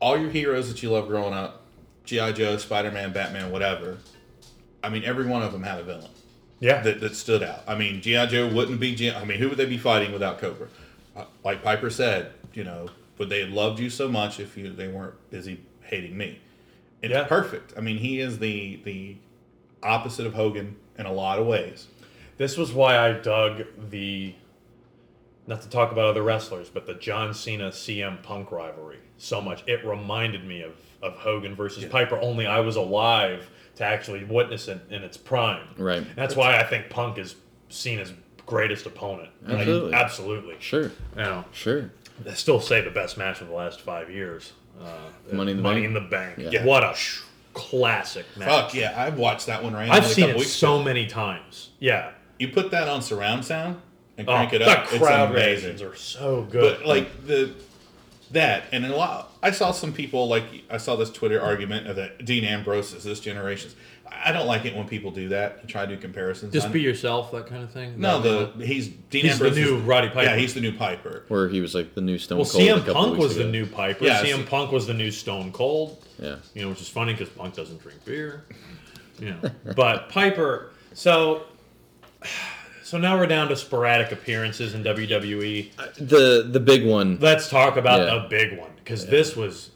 all your heroes that you loved growing up, GI Joe, Spider Man, Batman, whatever. I mean, every one of them had a villain Yeah, that, that stood out. I mean, GI Joe wouldn't be. G. I mean, who would they be fighting without Cobra? Uh, Like Piper said, you know, would they have loved you so much if you they weren't busy hating me? It's Yeah. perfect. I mean, he is the the opposite of Hogan in a lot of ways. This was why I dug the, not to talk about other wrestlers, but the John Cena CM Punk rivalry so much. It reminded me of, of Hogan versus Piper, only I was alive to actually witness it in its prime. Right. That's why I think Punk is Cena's greatest opponent. Like, Absolutely. absolutely. Sure. Now, Sure. I still say the best match of the last five years. Uh, Money in the Bank? Bank. Yeah. What a sh- classic match. Fuck yeah, I've watched that one right I've seen it so many times. Yeah. You put that on surround sound and Oh, crank it up. The crowd it's amazing. reactions are so good. But like the that and a lot. I saw some people like I saw this Twitter argument of that Dean Ambrose is this generation's. I don't like it when people do that and try to do comparisons. just on- be yourself, that kind of thing. no, the he's Dean He's the Ambrose new is- Roddy Piper. Yeah, he's the new Piper. Where he was like the new Stone well, Cold. a CM couple Punk weeks was the ago. new Piper. Yeah, CM so- Punk was the new Stone Cold. Yeah. You know, which is funny because Punk doesn't drink beer. You *laughs* know, but Piper. So, *sighs* so now we're down to sporadic appearances in E. WWE. The the big one. Let's talk about Yeah. the big one because this was.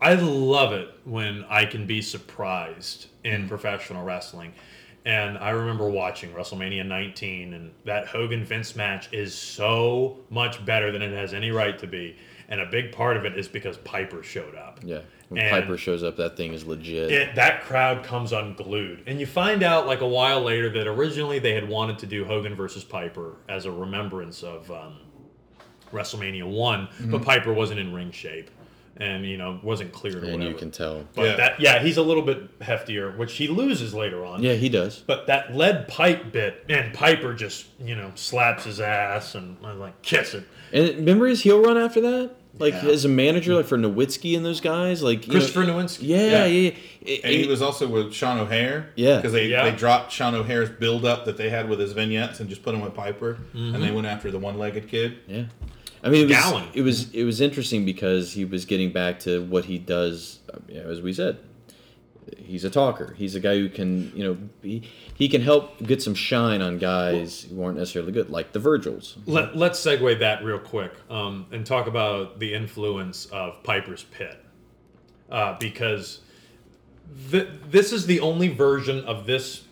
I love it when I can be surprised in professional wrestling. And I remember watching WrestleMania 19, and that Hogan Vince match is so much better than it has any right to be. And a big part of it is because Piper showed up. Yeah. When And- Piper shows up, that thing is legit. It, that crowd comes unglued. And you find out, like, a while later that originally they had wanted to do Hogan versus Piper as a remembrance of um, WrestleMania one but Mm-hmm. Piper wasn't in ring shape and, you know, wasn't cleared or and whatever. you can tell. But Yeah. that yeah, he's a little bit heftier, which he loses later on. Yeah, he does. But that lead pipe bit, man, Piper just you know slaps his ass and I'm like kiss it. And remember his heel run after that? Like Yeah. as a manager, like for Nowitzki and those guys, like you know- Christopher Nowinski. yeah, yeah, Yeah. yeah. And he was also with Sean O'Hare. Yeah. Because they, Yeah. they dropped Sean O'Hare's build up that they had with his vignettes and just put him with Piper. And Mm-hmm. they went after the one legged kid. yeah. I mean, it was, Gowan. it was it was interesting because he was getting back to what he does. You know, as we said, he's a talker. He's a guy who can you know he, he can help get some shine on guys who aren't necessarily good, like the Virgils. Let, let's segue that real quick um, and talk about the influence of Piper's Pit. Uh, because th- this is the only version of this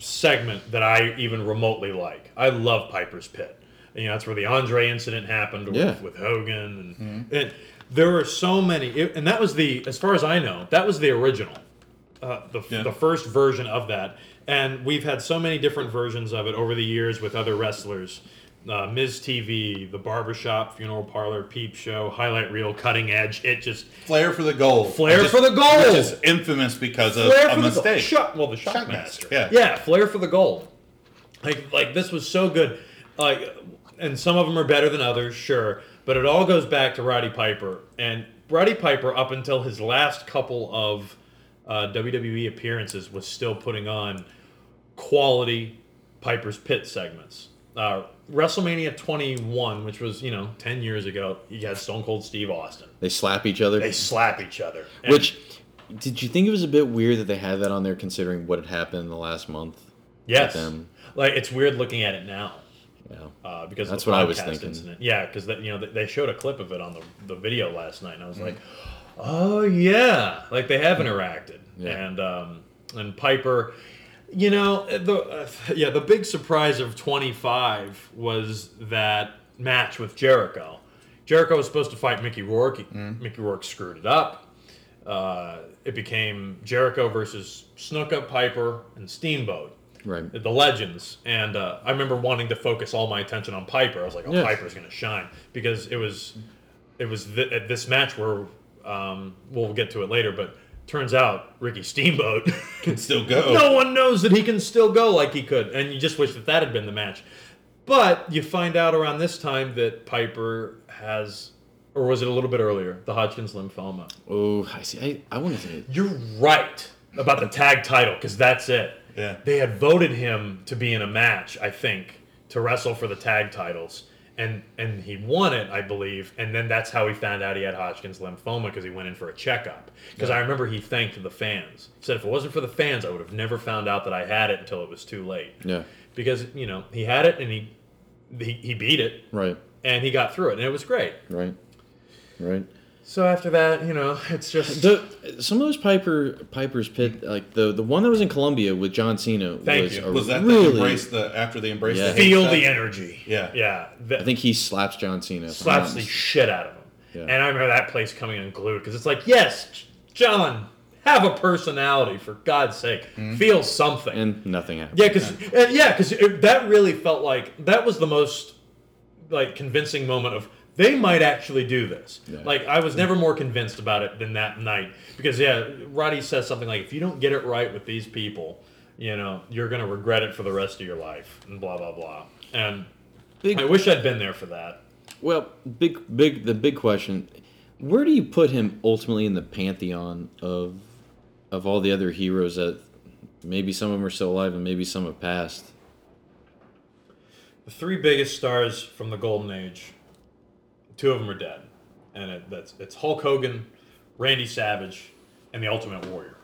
segment that I even remotely like. I love Piper's Pit. You know, that's where the Andre incident happened with, Yeah. with Hogan. And, and there were so many. It, and that was the, as far as I know, that was the original uh, the, Yeah. the first version of that. And we've had so many different versions of it over the years with other wrestlers. Uh, Ms. TV, The Barbershop, Funeral Parlor, Peep Show, Highlight Reel, Cutting Edge. It just. Flair for the goal. Flair for the goal! Which is infamous because of Flair a for the goal. mistake. Shot, well, the shot, Shot master. master, yeah. yeah, Flair for the goal. Like, like this was so good. Like, and some of them are better than others, sure. But it all goes back to Roddy Piper. And Roddy Piper, up until his last couple of uh, WWE appearances, was still putting on quality Piper's Pit segments. Uh, WrestleMania 21, which was, you know, 10 years ago, you had Stone Cold Steve Austin. They slap each other. They slap each other. And- Which did you think it was a bit weird that they had that on there, considering what had happened in the last month? Yes. them. Like it's weird looking at it now Yeah. uh, because That's of the what I was podcast thinking. Incident. Yeah, because you know they- they showed a clip of it on the, the video last night, and I was Mm. like, oh yeah, like they have interacted. Yeah. And um, and Piper, you know the uh, yeah the big surprise of 25 was that match with Jericho. Jericho was supposed to fight Mickey Rourke. Mm. Mickey Rourke screwed it up. Uh, it became Jericho versus Snuka, Piper, and Steamboat Right. the legends and uh, i remember wanting to focus all my attention on piper i was like oh Yeah. piper's going to shine because it was it was th- at this match where um, we'll get to it later but turns out ricky steamboat *laughs* Can still go. no one knows that he can still go like he could and you just wish that that had been the match but you find out around this time that piper has or was it a little bit earlier the hodgkin's lymphoma Oh, I see. I, I want to say you're right about the tag title because that's it. Yeah. They had voted him to be in a match, I think, to wrestle for the tag titles, and and he won it, I believe. And then that's how he found out he had Hodgkin's lymphoma because he went in for a checkup. Because I remember he thanked the fans. He said if it wasn't for the fans, I would have never found out that I had it until it was too late. Yeah. Because you know he had it and he he, he beat it Right. and he got through it and it was great. Right. Right. So after that, you know, it's just The some of those Piper Piper's pit like the the one that was in Columbia with John Cena Thank was, you. a Was that really the embrace the after they embraced Yeah. the hate feel stuff? the energy. Yeah. Yeah. The- I think he slaps John Cena. if I'm slaps not the mis- shit out of him. Yeah. And I remember that place coming unglued because it's like, yes, J- John, have a personality for God's sake, feel something. Hmm. and nothing happened. yeah, because yeah, because that really felt like that was the most like convincing moment of they might actually do this. Yeah. Hmm. Like I was never more convinced about it than that night because yeah, Roddy says something like, if you don't get it right with these people, you know, you're gonna regret it for the rest of your life, and blah blah blah. And Big- I wish I'd been there for that. Well, big big the big question, where do you put him ultimately in the pantheon of of all the other heroes that maybe some of them are still alive and maybe some have passed? The three biggest stars from the golden age, two of them are dead, and it, that's it's Hulk Hogan, Randy Savage, and the Ultimate Warrior.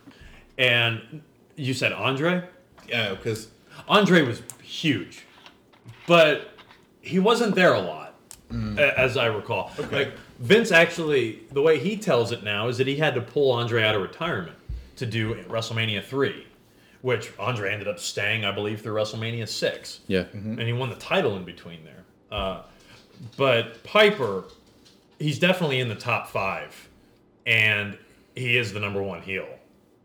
And you said Andre. Yeah, because Andre was huge, but he wasn't there a lot, a- as I recall. Like Vince actually, the way he tells it now is that he had to pull Andre out of retirement to do WrestleMania three, which Andre ended up staying, I believe, through WrestleMania 6. Yeah. And he won the title in between there. Uh, but Piper, he's definitely in the top five. And he is the number one heel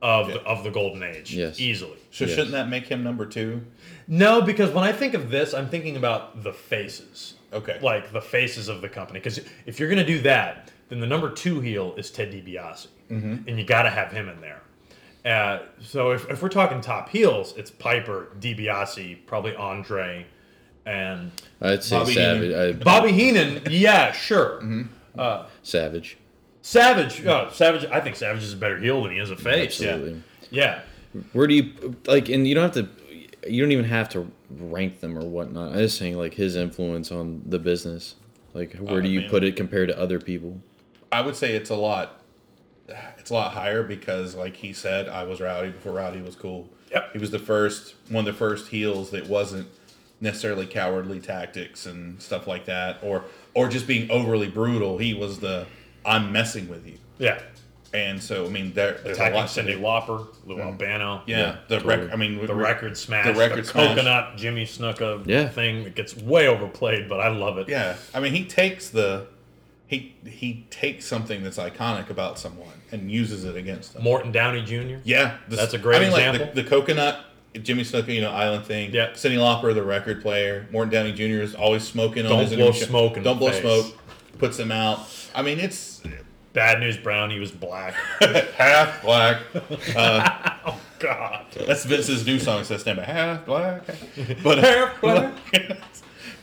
of, of the Golden Age. Yes. Easily. So Yes. shouldn't that make him number two? No, because when I think of this, I'm thinking about the faces. Okay. Like the faces of the company. Because if you're going to do that, then the number two heel is Ted DiBiase. And you got to have him in there. Uh, so if, if we're talking top heels, it's Piper, DiBiase, probably Andre, and I'd say Bobby Savage. I, *laughs* Bobby Heenan. Yeah, sure. Mm-hmm. Savage. Savage. Oh, Savage. I think Savage is a better heel than he is a face. Absolutely. Yeah. Where do you like? And you don't have to. You don't even have to rank them or whatnot. I'm just saying, like his influence on the business. Like, where do you Uh, man. put it compared to other people? I would say it's a lot. It's a lot higher because, like he said, I was Rowdy before Rowdy was cool. Yep. He was the first one of the first heels that wasn't necessarily cowardly tactics and stuff like that, or or just being overly brutal. He was the I'm messing with you, Yeah. and so I mean there, there's a Attacking lot. to Cindy do. Mm-hmm. Lauper, Lou Albano. Yeah, Yeah, the totally. record. I mean, we- The we- record smash, The the, record smash. coconut Jimmy Snuka Yeah. thing that gets way overplayed, but I love it. Yeah, I mean, he takes the he he takes something that's iconic about someone and uses it against them. Morton Downey Jr. Yeah, this- That's a great Like, example. the, the coconut, Jimmy Snooker, you know, island thing. Yeah. Cindy Lauper, the record player. Morton Downey Jr. is always smoking. on Don't his blow interview show. smoke in Don't the blow face. smoke. Puts them out. I mean, it's *laughs* Bad News Brown, he was black. *laughs* half black. God. That's Vince's new song. Says stand by half black. But uh, Half black. *laughs*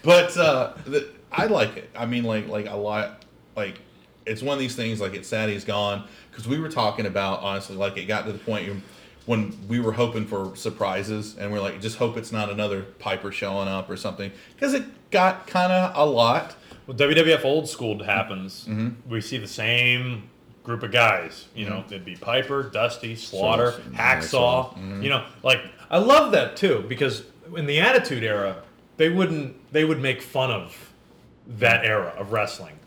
but uh, the, I like it. I mean, like like a lot. Like it's one of these things. Like it's sad he's gone because we were talking about honestly. Like it got to the point when we were hoping for surprises and we're like, just hope it's not another Piper showing up or something because it got kind of a lot. Well, WWF old school happens. Mm-hmm. We see the same group of guys. You know, it'd be Piper, Dusty, Slaughter, Slaughter, Hacksaw. Mm-hmm. You know, like I love that too because in the Attitude Era, they wouldn't they would make fun of Mm-hmm. that era of wrestling.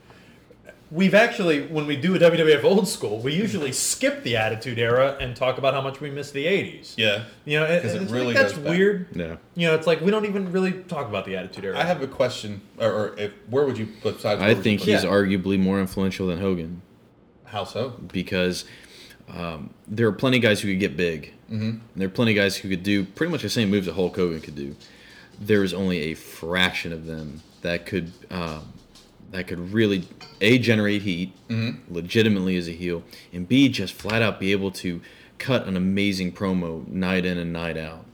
We've actually, when we do a WWF old school, we Mm-hmm. usually skip the Attitude Era and talk about how much we miss the '80s. Yeah. you know, and, 'Cause it and it's really like, that's goes back. Mm-hmm. weird. Yeah. You know, it's like we don't even really talk about the Attitude Era. I have a question, or, or if where would you besides? where I would you think put he's it? Yeah. arguably more influential than Hogan how so? because um, there are plenty of guys who could get big, mm-hmm. and there are plenty of guys who could do pretty much the same moves that Hulk Hogan could do. There is only a fraction of them that could um, that could really a generate heat legitimately as a heel, and b just flat out be able to cut an amazing promo night in and night out.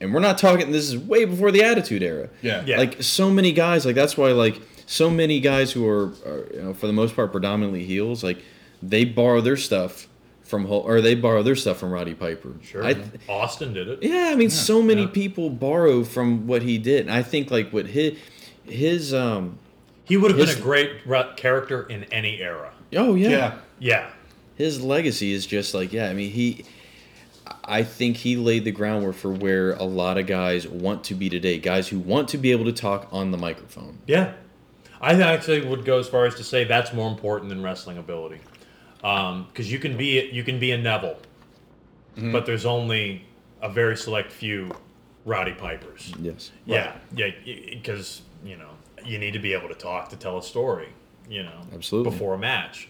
And we're not talking. This is way before the Attitude Era. Yeah. Yeah. Like so many guys, like that's why like so many guys who are, are you know, for the most part predominantly heels, like they borrow their stuff from Hul- or they borrow their stuff from Roddy Piper. sure, I th- Austin did it. yeah, I mean, so many people borrow from what he did, and I think like what his his um He would have been His- a great ru- character in any era. oh yeah, Yeah. Yeah. his legacy is just like yeah. I mean he. I think he laid the groundwork for where a lot of guys want to be today. Guys who want to be able to talk on the microphone. Yeah. I actually would go as far as to say that's more important than wrestling ability. Because you can be you can be a Neville, Mm-hmm. but there's only a very select few Rowdy Pipers. Yes. Yeah, yeah, because you know you need to be able to talk to tell a story. You know, Absolutely. before a match.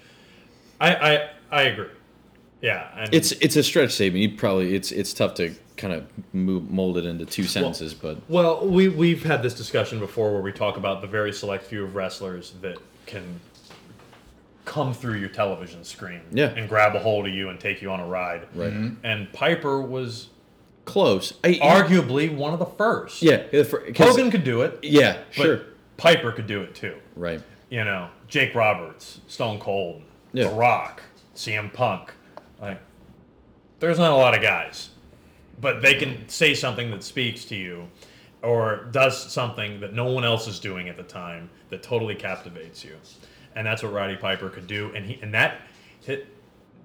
I I, I agree. Yeah, and It's it's a stretch statement. You probably it's it's tough to kind of move, mold it into two sentences, but Well, we we've had this discussion before where we talk about the very select few of wrestlers that can come through your television screen Yeah. and grab a hold of you and take you on a ride. Right. Mhm. And Piper was close. I, arguably one of the first. yeah, yeah, for- 'cause- Hogan could do it. Yeah, but sure. Piper could do it too. Right. You know, Jake Roberts, Stone Cold, Yeah. The Rock, CM Punk. Like there's not a lot of guys, but they can say something that speaks to you or does something that no one else is doing at the time that totally captivates you. And that's what Roddy Piper could do. And he and that hit,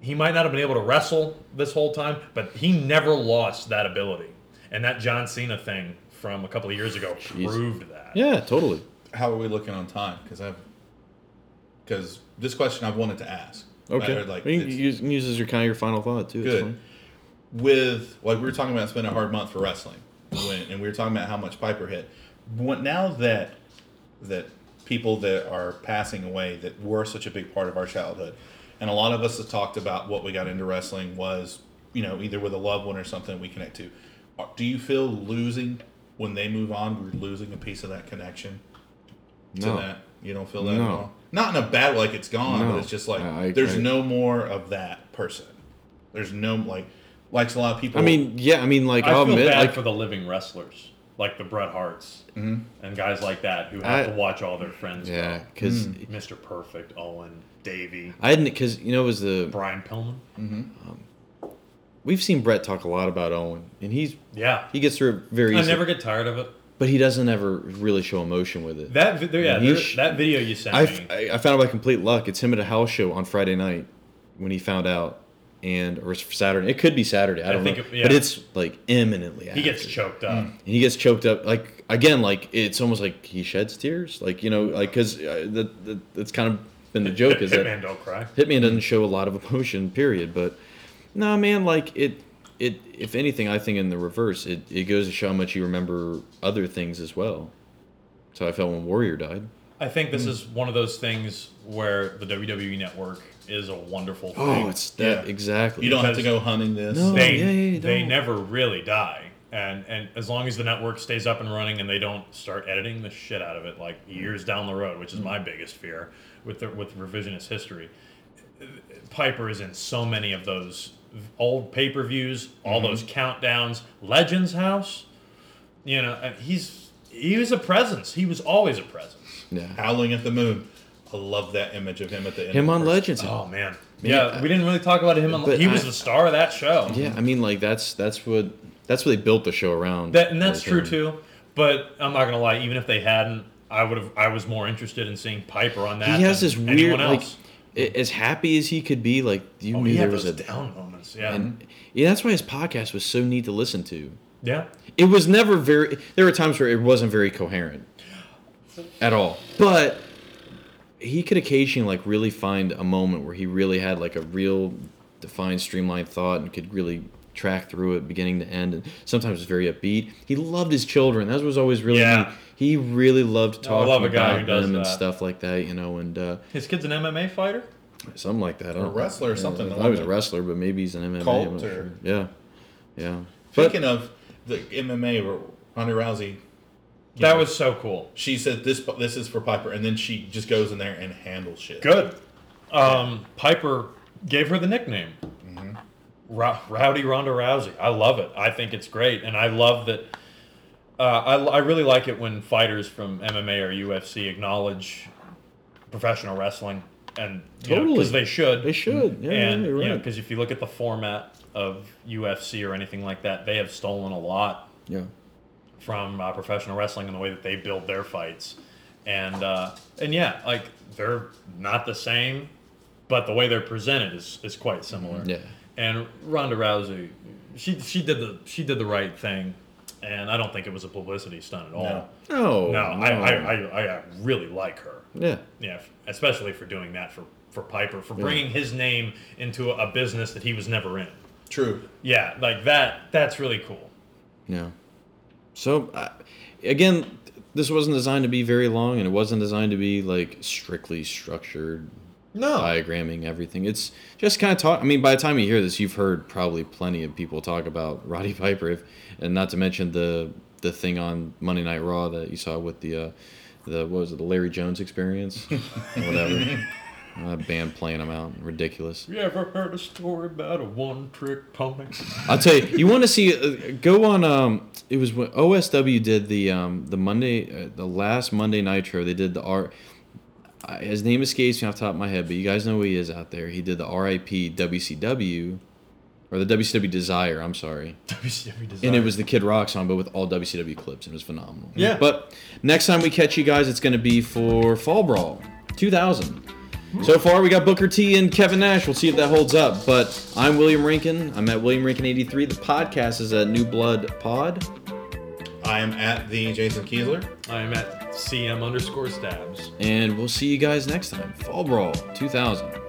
he might not have been able to wrestle this whole time, but he never lost that ability. And that John Cena thing from a couple of years ago proved that. Yeah, totally. how are we looking on time? Because I've because this question I've wanted to ask. Okay. Or, like you, it's you, use this as your kind of your final thought too. It's good. fine. with like we were talking about it's been a hard month for wrestling when, and we were talking about how much piper hit what now that that people that are passing away that were such a big part of our childhood and a lot of us have talked about what we got into wrestling was you know either with a loved one or something we connect to Are- do you feel losing when they move on we're losing a piece of that connection to No. that you don't feel that No. at all not in a bad way like it's gone No. but it's just like I- I- there's I- no more of that person there's no like likes a lot of people I mean, yeah, I mean, like I I'll feel admit, bad like for the living wrestlers, like the Bret Harts and guys like that who have Mm-hmm. I- to watch all their friends. yeah, because go. Mr. Perfect, Owen, Davey, I hadn't, because you know, it was the Brian Pillman. we've seen Brett talk a lot about Owen, and he's Yeah, he gets through it very I easily, never get tired of it. but he doesn't ever really show emotion with it. That vi- there- yeah, You there- sh- that video you sent I, me. I I found out by complete luck. It's him at a house show on Friday night when he found out, and or Saturday. It could be Saturday. I don't think know, it- yeah. but it's like imminently. He gets after. choked up. and he gets choked up like again like it's almost like he sheds tears like you know like because uh, that, that that's kind of been the *laughs* joke is Hitman that don't cry. hitman doesn't show a lot of emotion period but no man like it it if anything i think in the reverse it, it goes to show how much you remember other things as well so i felt when warrior died I think Mm. this is one of those things where the WWE Network is a wonderful thing. oh it's that Yeah. exactly you don't have to because- go hunting this No. they Oh, yeah, yeah, you they don't. never really die, and and as long as the network stays up and running and they don't start editing the shit out of it like years down the road, Mm. which is my biggest fear with the, with revisionist history. Piper is in so many of those old pay per views, all Mm-hmm. those countdowns, Legends House. You know, and he's he was a presence. He was always a presence. yeah howling at the moon i love that image of him at the end him of on the first- legends Oh man. Yeah, I- we didn't really talk about him. On, But he was I- the star of that show. yeah i mean like that's that's what that's what they built the show around That and that's Like, true um, too. But I'm not gonna lie. Even if they hadn't, I would have. I was more interested in seeing Piper on that. he has than this anyone weird like else. a- as happy as he could be like you Oh, knew he there had was those a down moments. Yeah, yeah that's why his podcast was so neat to listen to yeah. it was never very there were times where it wasn't very coherent at all but he could occasionally like really find a moment where he really had like a real defined streamlined thought and could really track through it beginning to end and sometimes was very upbeat he loved his children that was always really Yeah. Oh, neat. he really loved I talking love a guy about who does them and that. stuff like that you know and uh His kid's an MMA fighter. something like that. I don't- wrestler or yeah, something. I thought he was a wrestler, but maybe he's an MMA. I'm Cult not or- sure. yeah, yeah. speaking of the mma where ronda rousey That was so cool. she said this this is for piper and then she just goes in there and handles shit Good. Um, Piper gave her the nickname, Mm-hmm. Rou- Rowdy Ronda Rousey. I love it. I think it's great, and I love that. Uh, I, I really like it when fighters from MMA or UFC acknowledge professional wrestling, and Totally. because they should. they should. Yeah, and yeah, you're you know, right. because if you look at the format of UFC or anything like that, they have stolen a lot yeah. from uh, professional wrestling and the way that they build their fights, and uh, and yeah, like they're not the same, but the way they're presented is, is quite similar. Yeah. And Ronda Rousey, she she did the she did the right thing, and I don't think it was a publicity stunt at all. No, No, I, I, I, I really like her. yeah, Yeah, f- especially for doing that for for Piper for bringing his name into a, a business that he was never in. true Yeah, like that. That's really cool. yeah. So, I again, this wasn't designed to be very long, and it wasn't designed to be like strictly structured, No, diagramming everything. It's just kind of talk. I mean, by the time you hear this, you've heard probably plenty of people talk about *laughs* Roddy Piper, if, and not to mention the the thing on Monday Night Raw that you saw with the uh, the what was it, the Larry Jones experience, or whatever. Uh, band playing them out, ridiculous. You ever heard a story about a one-trick pony? *laughs* I'll tell you, you want to see? Uh, go on. Um, it was when OSW did the um, the Monday, uh, the last Monday Nitro. They did the R. I, his name escapes me off the top of my head, but you guys know who he is out there. He did the RIP WCW, or the WCW Desire. I'm sorry. WCW E design. And it was the Kid Rock song, but with all WCW clips. and It was phenomenal. Yeah. But next time we catch you guys, it's going to be for Fall Brawl 2000. So far, we got Booker T and Kevin Nash. We'll see if that holds up. But I'm William Rankin. I'm at William Rankin83. The podcast is at New Blood Pod. i am at the jason keesler I am at CM underscore stabs. And we'll see you guys next time. Fall Brawl 2000.